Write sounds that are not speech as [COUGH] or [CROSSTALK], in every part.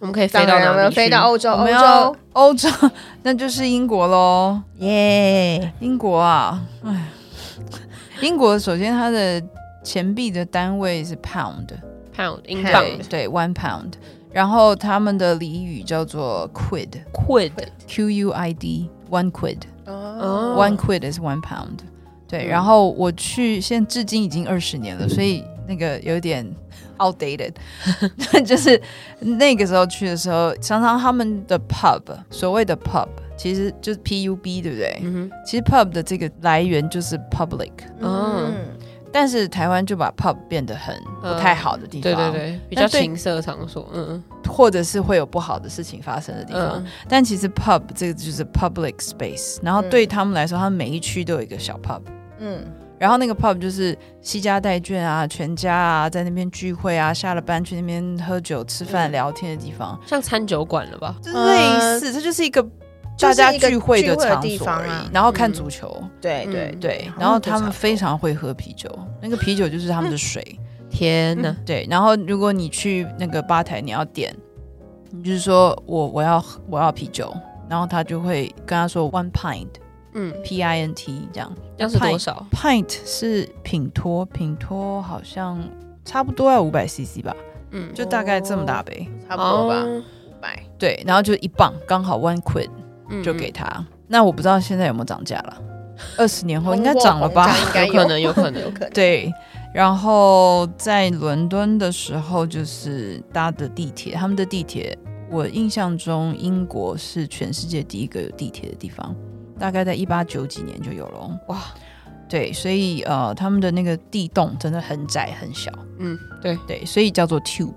我们可以飞当到然，我哪们里去？飞到欧洲，我哦欧们要洲，欧洲， [LAUGHS] 那就是英国喽。耶！英国啊，哎，英国首先它的钱币的单位是 pound， pound 英对镑对对，one pound。然后他们的俚语叫做 quid，q quid u i d，one quid，one 哦，哦 quid is one pound。对，嗯然后我去，现在至今已经二十年了，所以那个有点 [LAUGHS] [LAUGHS] outdated。就是那个时候去的时候，常常他们的 pub，所谓的 pub，其实就是 pub，对不对？嗯其实 pub 的这个来源就是 public，嗯，但是台湾就把 pub 变得很不太好的地哼，方，嗯对对对，比那较对情色场所，嗯对，或者是会有不好的事情发生的地方。嗯，但其实 pub 这个就是 public space，然后嗯对他们来说，他们每一区都有一个小 pub。嗯，然后那个 pub 就是西家带眷啊，全家啊，在那边聚会啊，下了班去那边喝酒、吃嗯饭、聊天的地方，像餐酒馆了吧？就是类似，这就是一个就大是家一个聚会聚的会的场地所方而已。啊然后看嗯足球，对嗯对对好，像然后就他差们不非多常会喝啤酒，那个啤酒就是他们的水。 [LAUGHS] 天哪，对，然后如果你去那个吧台，你要点，你就是说我我要我要啤酒，然后他就会跟他说 one pint 嗯， p i n t 这样要是多少？ ，pint 是品托，品托好像差不多要五百 cc 吧，嗯，就大概这么大杯。差不多吧，哦五百，对，然后就一磅，刚好 one quid 嗯就给嗯他。那我不知道现在有没有涨价了，二十年后应该通货涨了膨吧？胀 [LAUGHS] 有应该可能有可能有可能，对，然后在伦敦的时候，就是搭的地铁，他们的地铁，我印象中英国是全世界第一个有地铁的地方，大概在一八九几年就有了。哦哇，对，所以呃，他们的那个地洞真的很窄很小，嗯，对，对，所以叫做 tube，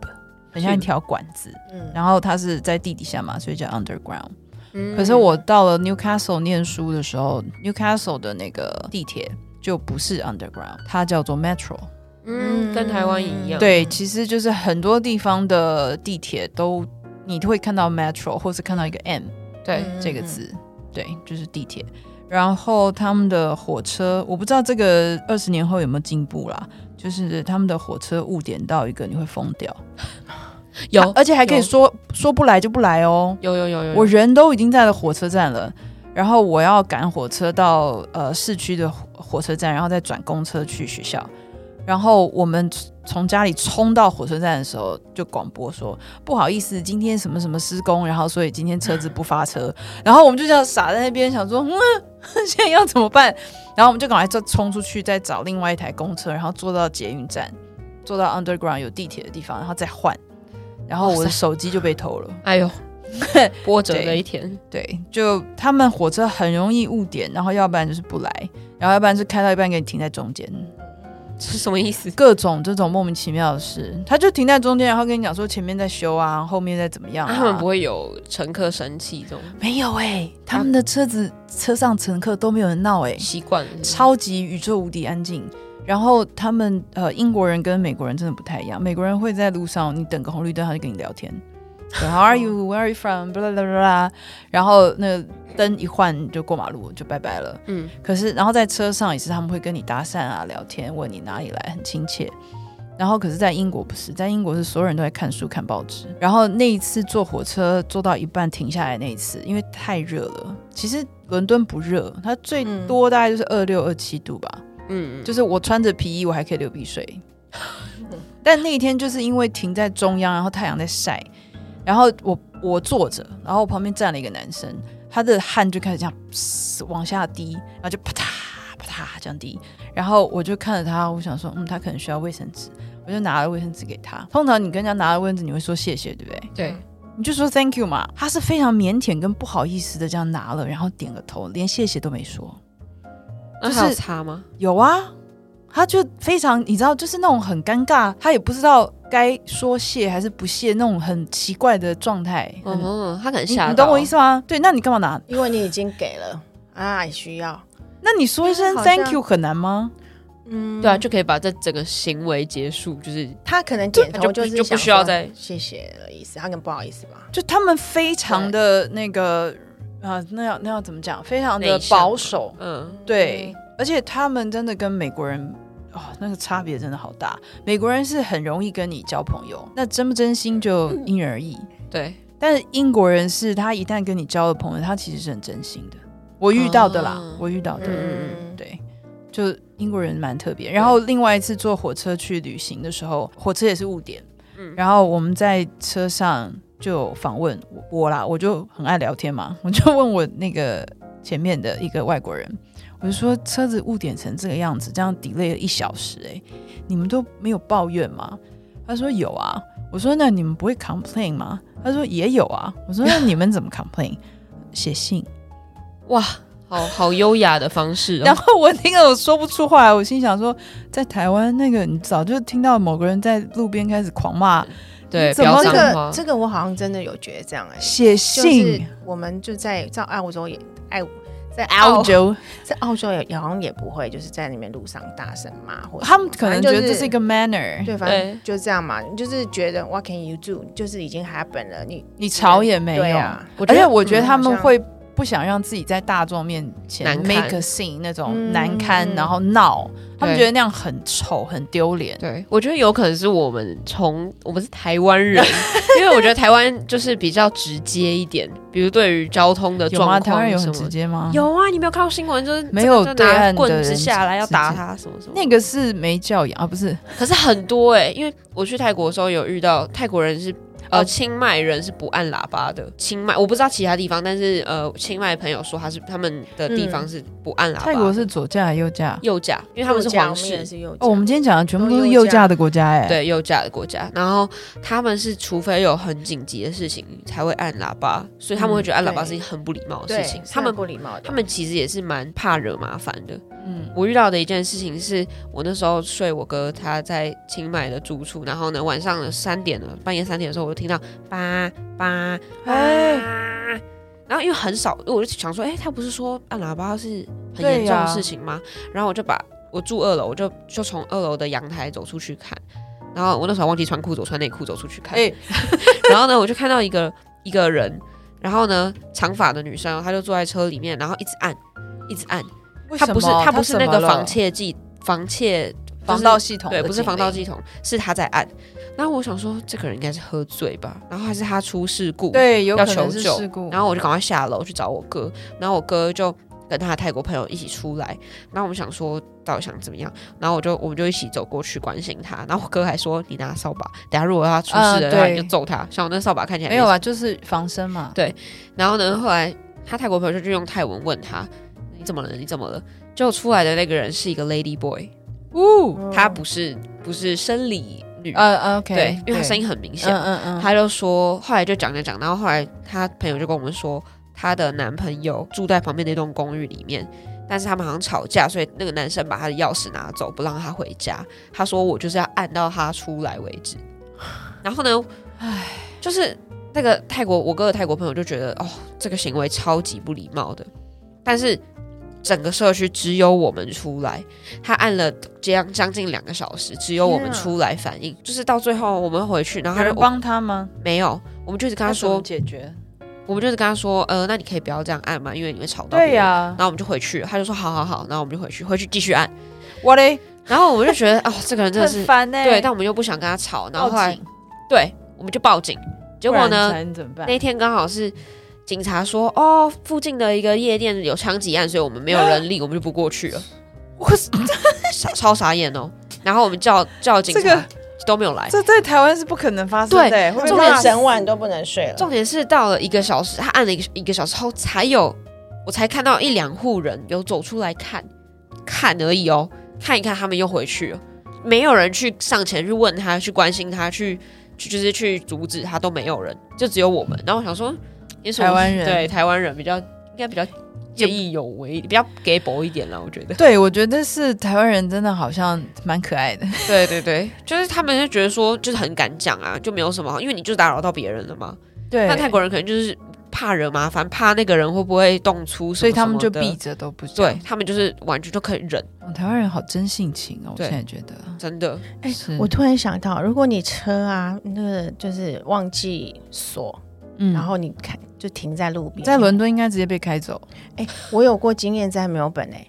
很像一条管子。嗯，然后它是在地底下嘛，所以叫 underground。嗯可是我到了 Newcastle 念书的时候，Newcastle 的那个地铁就不是 underground，它叫做 metro。嗯，跟台湾一样，对，嗯其实就是很多地方的地铁都你会看到 metro 或是看到一个 M 对，嗯这个字，对，就是地铁。然后他们的火车，我不知道这个二十年后有没有进步啦，就是他们的火车误点到一个你会疯掉，啊有而且还可以有说说不来就不来哦。有有有有，呃我人都已经在了火车站了，然后我要赶火车到呃市区的火火车站，然后再转公车去学校。然后我们从从家里冲到火车站的时候，就广播说不好意思，今天什么什么施工，然后所以今天车子不发车。 [LAUGHS] 然后我们就这样傻在那边，想说嗯，现在要怎么办？然后我们就赶快就冲出去，再找另外一台公车，然后坐到捷运站，坐到 underground 有地铁的地方，然后再换。然后哇我的塞手机就被偷了。哎呦，波折的对一天， [LAUGHS] 对，就他们火车很容易误点，然后要不然就是不来，然后要不然是开到一半给你停在中间，是什么意思？各种这种莫名其妙的事，他就停在中间，然后跟你讲说前面在修啊，后面在怎么样、啊啊他们不会有乘客生气这种没有哎、他们的车子车上乘客都没有人闹哎、习惯了，超级宇宙无敌安静。然后他们呃，英国人跟美国人真的不太一样。美国人会在路上，你等个红绿灯，他就跟你聊天对，How are you? Where are you from? 巴拉巴拉巴拉。然后那个灯一换你就过马路，就拜拜了。嗯，可是然后在车上也是，他们会跟你搭讪啊，聊天，问你哪里来，很亲切。然后可是，在英国不是，在英国是所有人都在看书、看报纸。然后那一次坐火车坐到一半停下来那一次，因为太热了。其实伦敦不热，它最嗯多大概就是二六二七度吧。嗯，就是是我穿着皮衣，我还可以流鼻水。但那一天就是因为停在中央，然后太阳在晒，然后我我坐着，然后我旁边站了一个男生，他的汗就开始这样嘶往下滴，然后就啪嗒啪嗒这样滴，然后我就看着他，我想说，嗯，他可能需要卫生纸，我就拿了卫生纸给他。通常你跟人家拿了卫生纸，你会说谢谢，对不对？对，你就说 thank you 嘛。他是非常腼腆跟不好意思的这样拿了，然后点个头，连谢谢都没说。那就是还有差吗？有啊，他就非常，你知道，就是那种很尴尬，他也不知道该说谢还是不谢，那种很奇怪的状态。很嗯，他可能你吓到，你懂我意？思吗？对，那你干嘛拿？因为你已经给了啊，需要，那你说一声哎嗯好像 thank you 很难吗？嗯对啊，就可以把这整个行为结束，就是他可能点他头就是就想不需要说再谢谢的意思，他可能不好意思吧，就他们非常的那个啊，那要那要怎么讲？非常的内向保守，嗯对，而且他们真的跟美国人。哦，那个差别真的好大。美国人是很容易跟你交朋友，那真不真心就因人而异。对，但是英国人是他一旦跟你交了朋友，他其实是很真心的。我遇到的啦，哦我遇到的，嗯嗯嗯对，就英国人蛮特别。然后另外一次坐火车去旅行的时候，火车也是误点，嗯然后我们在车上就访问我我啦，我就很爱聊天嘛，我就问我那个前面的一个外国人，我就说车子误点成这个样子，这样 delay 了一小时、欸，哎，你们都没有抱怨吗？他说有啊，我说那你们不会 complain 吗？他说也有啊，我说那你们怎么 complain？写信。哇，好好优雅的方式然哦。后我听了我说不出话来，我心想说，在台湾那个你早就听到某个人在路边开始狂骂对，怎不么要这脏个话。这个我好像真的有觉得这样哎、写就是信，我们就在在澳洲也爱在澳洲在澳洲也好像也不会就是在那边路上大声骂或者他们可能觉得反正这就是一个 manner，对，反正对就这样嘛，你就是觉得 What can you do？就是已经 happen 了，你你吵也没对用。啊，我觉而且得我觉得嗯他们好像会不想让自己在大众面前难看 make a scene 那种嗯难堪，嗯然后闹，他们对觉得那样很丑、很丢脸。对，我觉得有可能是我们从我们是台湾 [LAUGHS] 人，因为我觉得台湾就是比较直接一点，比如对于交通的有吗？状台湾况人有什很么直的。接吗？有啊，你没有看到新闻，就是没有这个就对岸拿的棍人子下来要直打接他什么什么。那个是没教养啊，不是可是很多哎、因为我去泰国的时候有遇到泰国人是。呃，哦清迈人是不按喇叭的。清迈我不知道其他地方，但是呃，清迈朋友说他是他们的地方是不按喇叭的。泰国是左驾还是右驾？右驾，因为他们是右驾皇我们也室，是右驾哦，我们今天讲的全部都都是右右驾驾的国家、哎，，对右驾的国家。然后他们是除非有很紧急的事情才会按喇叭，所以他们会觉得按喇叭对是一件很不礼貌的对事情。是他很们不礼貌的，他们其实也是蛮怕惹麻烦的。嗯，我遇到的一件事情是，我那时候睡我哥他在清迈的住处，然后呢晚上的三点了，半夜三点的时候，我就听到叭叭叭，哎然后因为很少，我就想说，哎、他不是说按喇叭是很严对重呀的事情吗？然后我就把我住二楼，我就就从二楼的阳台走出去看，然后我那时候忘记穿裤子，我穿内裤走出去看，哎、 [LAUGHS] 然后呢，我就看到一个一个人，然后呢，长发的女生，她就坐在车里面，然后一直按，一直按。为她什不是么她不是那怎个么了防窃剂，防窃防盗系统的对，不是防盗警系统，是她在按。然后我想说，这个人应该是喝醉吧，然后还是她出事故，铃，对，有要可能求是救事故。然后我就赶快下楼去找我哥，然后我哥就跟他的泰国朋友一起出来，然后我们想说到底想怎么样，然后我就我们就一起走过去关心他，然后我哥还说你拿扫把，等下如果他出事嗯了，那、对你就揍他，像我那扫把看起来没有啊，就是防身嘛。然后呢，后来他泰国朋友就用泰文问他：“你怎么了？你怎么了？”就出来的那个人是一个 lady boy，呜，他不是不是生理女，呃呃，OK，对，因为他声音音很明显。嗯嗯嗯，他就说，后来就讲讲讲，然后后来他朋友就跟我们说，她的男朋友住在旁边那栋公寓里面，但是他们好像吵架，所以那个男生把他的钥匙拿走，不让他回家。他说我就是要按到他出来为 [LAUGHS] 止。然后呢，唉，就是那个泰国我哥的泰国朋友就觉得，哦，这个行为超级不礼貌的，但是。整个社区只有我们出来，他按了将将近两个小时，只有我们天啊出来反应，就是到最后我们回去，然后有他就人帮他吗？没有，我们就是跟他怎说么，解决。我们就是跟他说，呃，那你可以不要这样按嘛，因为你会吵到别对人。呀、然后我们就回去了，他就说好好好，然后我们就回去，回去继续按。我嘞然后我们就觉得，哦，这个人真的很是烦呢、欸对，但我们又不想跟他吵，然后后报来警，对，我们就报警。结不果然呢，才能怎么办？那天刚好是警察说，哦，附近的一个夜店有枪击案，所以我们没有人力，我们就不过去了。 [LAUGHS] 我傻超傻眼哦。然后我们叫叫警察、这个都没有来。这在台湾是不可能发生的、对欸，会被重重点点骂是死整晚都不能睡了，重点是到了一个小时，他按了一个一个小时后，才有我才看到一两户人有走出来看看而已哦，看一看他们又回去了，没有人去上前去问他，去关心他，去去就是去阻止他，都没有人，就只有我们。然后我想说，也许我台湾人。对台湾人比较应该比较见义勇为，比较 gay 博一点啦，我觉得对，我觉得是台湾人真的好像蛮可爱的。对对对， [LAUGHS] 就是他们就觉得说就是很敢讲啊，就没有什么好，因为你就打扰到别人了嘛。 [LAUGHS] 对那泰国人可能就是怕惹麻烦，怕那个人会不会动粗什么什么的，所以他们就避着都不讲对，他们就是完全就可以忍，哦台湾人好真性情哦，我对现在觉得。真的。哎是我突然想到，如果你车啊，那个就是忘记锁，嗯然后你看就停在路边，在伦敦应该直接被开走，哎、我有过经验在墨尔本哎、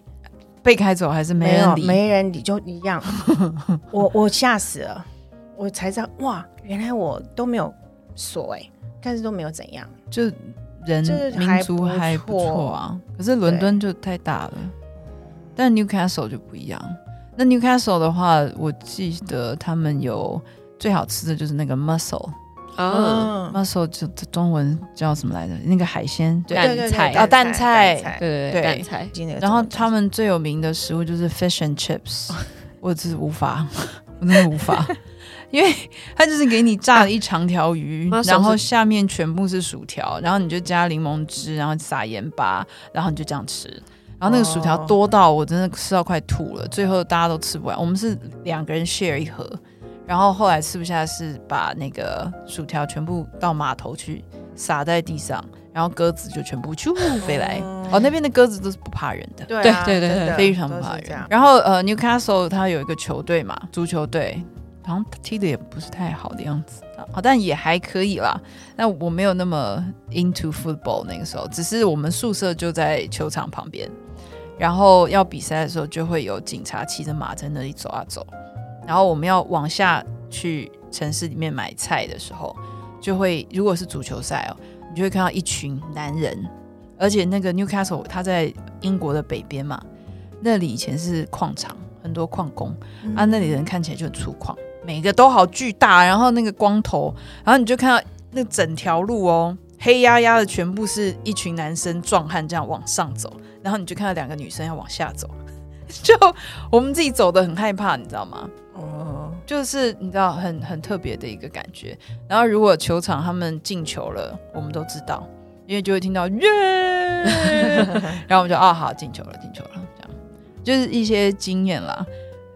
被开走还是没有人理？没人理就一 [LAUGHS] 样，我我吓死了，我才知道哇，原来我都没有锁哎、但是都没有怎样。就人就是民还族不还不错啊。可是伦敦就太大了，但 Newcastle 就不一样。那 Newcastle 的话，我记得他们有最好吃的就是那个 mussel，mussel、嗯啊，嗯 mussel 就中文叫什么来着？那个海鲜。对对蛋对菜对哦蛋菜对对对对，蛋菜经理的然后中文他们最有名的食物就是 fish and chips，我真是无法，我真的无法，因为他就是给你炸了一长条鱼妈， [LAUGHS] 然后手指下面全部是薯条，然后你就加柠檬汁，然后撒盐巴，然后你就这样吃。然后那个薯条哦多到我真的吃到快吐了，最后大家都吃不完。我们是两个人 share 一盒，然后后来吃不下是把那个薯条全部到码头去撒在地上，然后鸽子就全部咻飞 [LAUGHS] 来。哦，那边的鸽子都是不怕人的。对啊对对对真的非常都怕是这人样。。然后呃，Newcastle 它有一个球队嘛，足球队，好像踢的也不是太好的样子，啊，但也还可以啦。那我没有那么 into football 那个时候，只是我们宿舍就在球场旁边，然后要比赛的时候就会有警察骑着马在那里走啊走，然后我们要往下去城市里面买菜的时候，就会如果是足球赛哦，你就会看到一群男人，而且那个 Newcastle 它在英国的北边嘛，那里以前是矿场，很多矿工、啊，那里人看起来就很粗犷，每个都好巨大，然后那个光头，然后你就看到那整条路哦，黑压压的，全部是一群男生壮汉这样往上走，然后你就看到两个女生要往下走， [LAUGHS] 就我们自己走的很害怕，你知道吗？哦，就是你知道很很特别的一个感觉。然后如果球场他们进球了，我们都知道，因为就会听 [LAUGHS] 到耶，然后我们就哦好进球了，进球了，这样就是一些经验啦。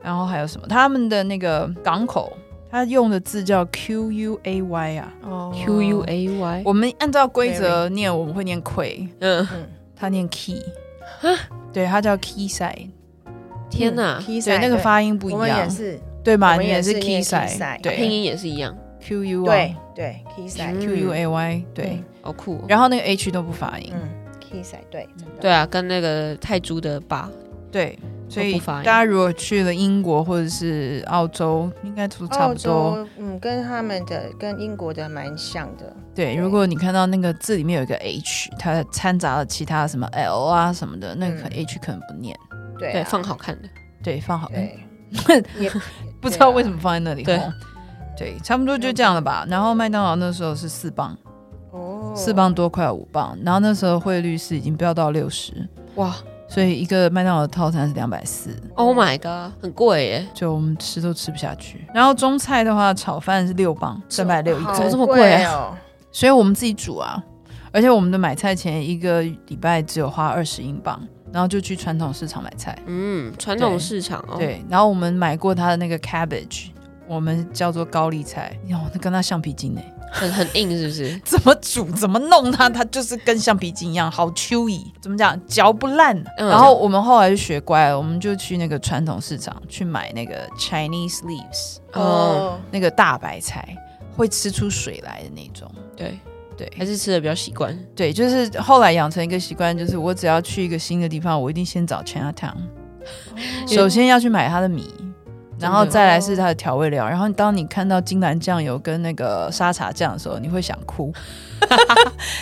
然后还有什么？他们的那个港口，他用的字叫 Q U A Y 啊。哦 Q U A Y，我们按照规则念，我们会念 quay，嗯，嗯他念 key，对，啊他叫 key side，天哪， ，P 对，赛那个发音不一我们也样，是对我嘛？们你也是是 key 念 key side， side 拼对音也是一样， ，Q U 对对 P 赛，嗯嗯 Q U A Y，对嗯，好酷哦。然后那个 H 都不发音，嗯，P 赛对，真的对啊，跟那个泰铢的吧，嗯对，所以都不发大音家如果去了英国或者是澳洲，应该都差澳不多。洲嗯，跟他们的跟英国的蛮像的，对，对如果你看到那个字里面有一个 H，它掺杂了其他什么 L 啊什么的，那个嗯 H 可能不念，对对，啊放好看的，对，放好，对，啊也 [LAUGHS] 不知道为什么放在那里。对吼对，差不多就这样了吧。然后麦当劳那时候是四磅，嗯哦，四磅多快五磅，然后那时候汇率是已经飙到六十，哇所以一个麦当劳的套餐是两百四。 ，Oh my god，很贵耶，就我们吃都吃不下去。然后中菜的话，炒饭是六磅，三百六一怎么个，这么好贵啊哦？所以我们自己煮啊。而且我们的买菜钱一个礼拜只有花二十英镑，然后就去传统市场买菜。嗯，传统对市场哦，，对，然后我们买过他的那个 cabbage，我们叫做高丽菜，哟，那跟它橡皮筋哎、很很硬是不是？怎么煮怎么弄它，它就是跟橡皮筋一样，好 chewy，怎么讲嚼不烂。嗯然后我们后来就学乖了，我们就去那个传统市场去买那个 Chinese leaves，哦，哦，那个大白菜，会吃出水来的那种。对，对还是吃的比较习惯，对，就是后来养成一个习惯，就是我只要去一个新的地方，我一定先找 China Town，、首哦先要去买它的米，然后再来是它的调味料。然后当你看到金兰酱油跟那个沙茶酱的时候，你会想哭， [LAUGHS]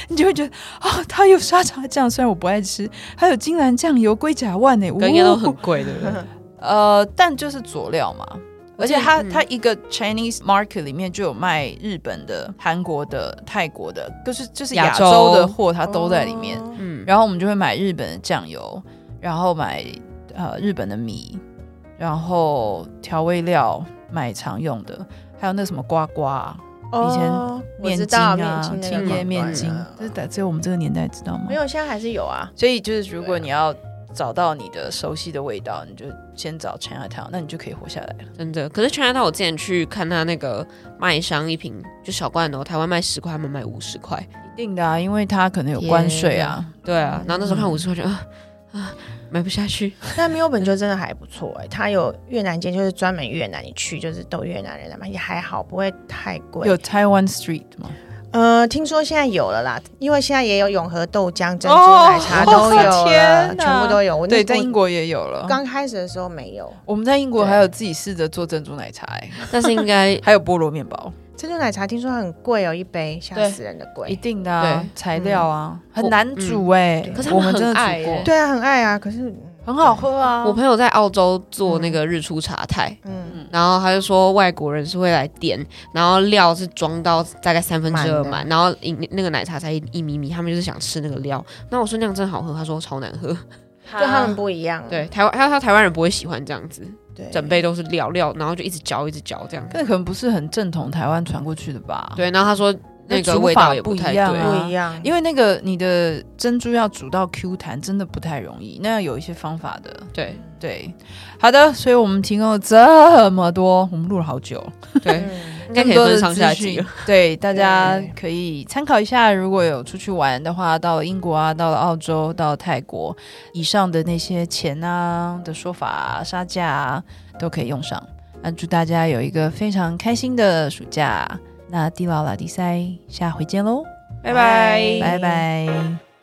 你就会觉得啊、它有沙茶酱，虽然我不爱吃，还有金兰酱油、龟甲万 [LAUGHS] 呢、应该都很呜贵，对不对？ [LAUGHS] 呃，但就是佐料嘛，而且它嗯它一个 Chinese market 里面就有卖日本的、韩国的、泰国的，就是就是亚亚洲洲的货，它都在里面。哦嗯，然后我们就会买日本的酱油，然后买呃日本的米，然后调味料买常用的，还有那什么瓜瓜啊、以前哦我面知筋道啊、面筋那青个叶罐面罐筋啊，这是只有我们这个年代知道吗？没有，现在还是有啊。所以就是，如对果啊你要找到你的熟悉的味道，你就先找 China Town，那你就可以活下来了。真的。可是 China Town 我之前去看他那个卖商一瓶就小罐的哦，台湾卖十块，他们卖五十块，一定的啊，因为它可能有关税啊。对啊。然后那时候看五十块就啊啊买不下去， [LAUGHS] 但墨尔本就真的还不错哎、它有越南街，就是专门越南，你去就是都越南人来啊买，也还好，不会太贵。有 Taiwan Street 吗？呃，听说现在有了啦，因为现在也有永和豆浆、珍珠哦奶茶都 [LAUGHS] 有了，天哪全部都有。我对，那在我英国也有了。刚开始的时候没有，我们在英国对还有自己试着做珍珠奶茶、欸，但是应该还有菠萝面包。珍珠奶茶听说很贵哦，一杯吓对死人的一贵。定的、啊对、材料啊，很我难煮哎、可是他我们们真很的爱煮欸过，对啊，很爱啊，可是很好喝啊。我朋友在澳洲做那个日出茶太，嗯，然后他就说外国人是会来点，然后料是装到大概三分之二满满，然后饮那个奶茶才一一米米，他们就是想吃那个料。那我说那样真好喝，他说超难喝。就他们不一样。对，台湾他说台湾人不会喜欢这样子，啊对，整杯都是料料，然后就一直嚼一直嚼这样。那可能不是很正统台湾传过去的吧？，对，然后他说那那个煮味法道也不一太样对。啊不一样，因为那个你的珍珠要煮到 Q 弹，真的不太容易，那要有一些方法的。对对，好的，所以我们提供了这么多，我们录了好久，对， [LAUGHS] 嗯应该可以这么多分的上下资集讯 [LAUGHS] 了。对，大家对可以参考一下。如果有出去玩的话，到了英国啊，到了澳洲，到了泰国，以上的那些钱啊的说法、啊、杀价啊，都可以用上。那祝大家有一个非常开心的暑假。那地老拉迪塞，下回见喽，拜拜。拜拜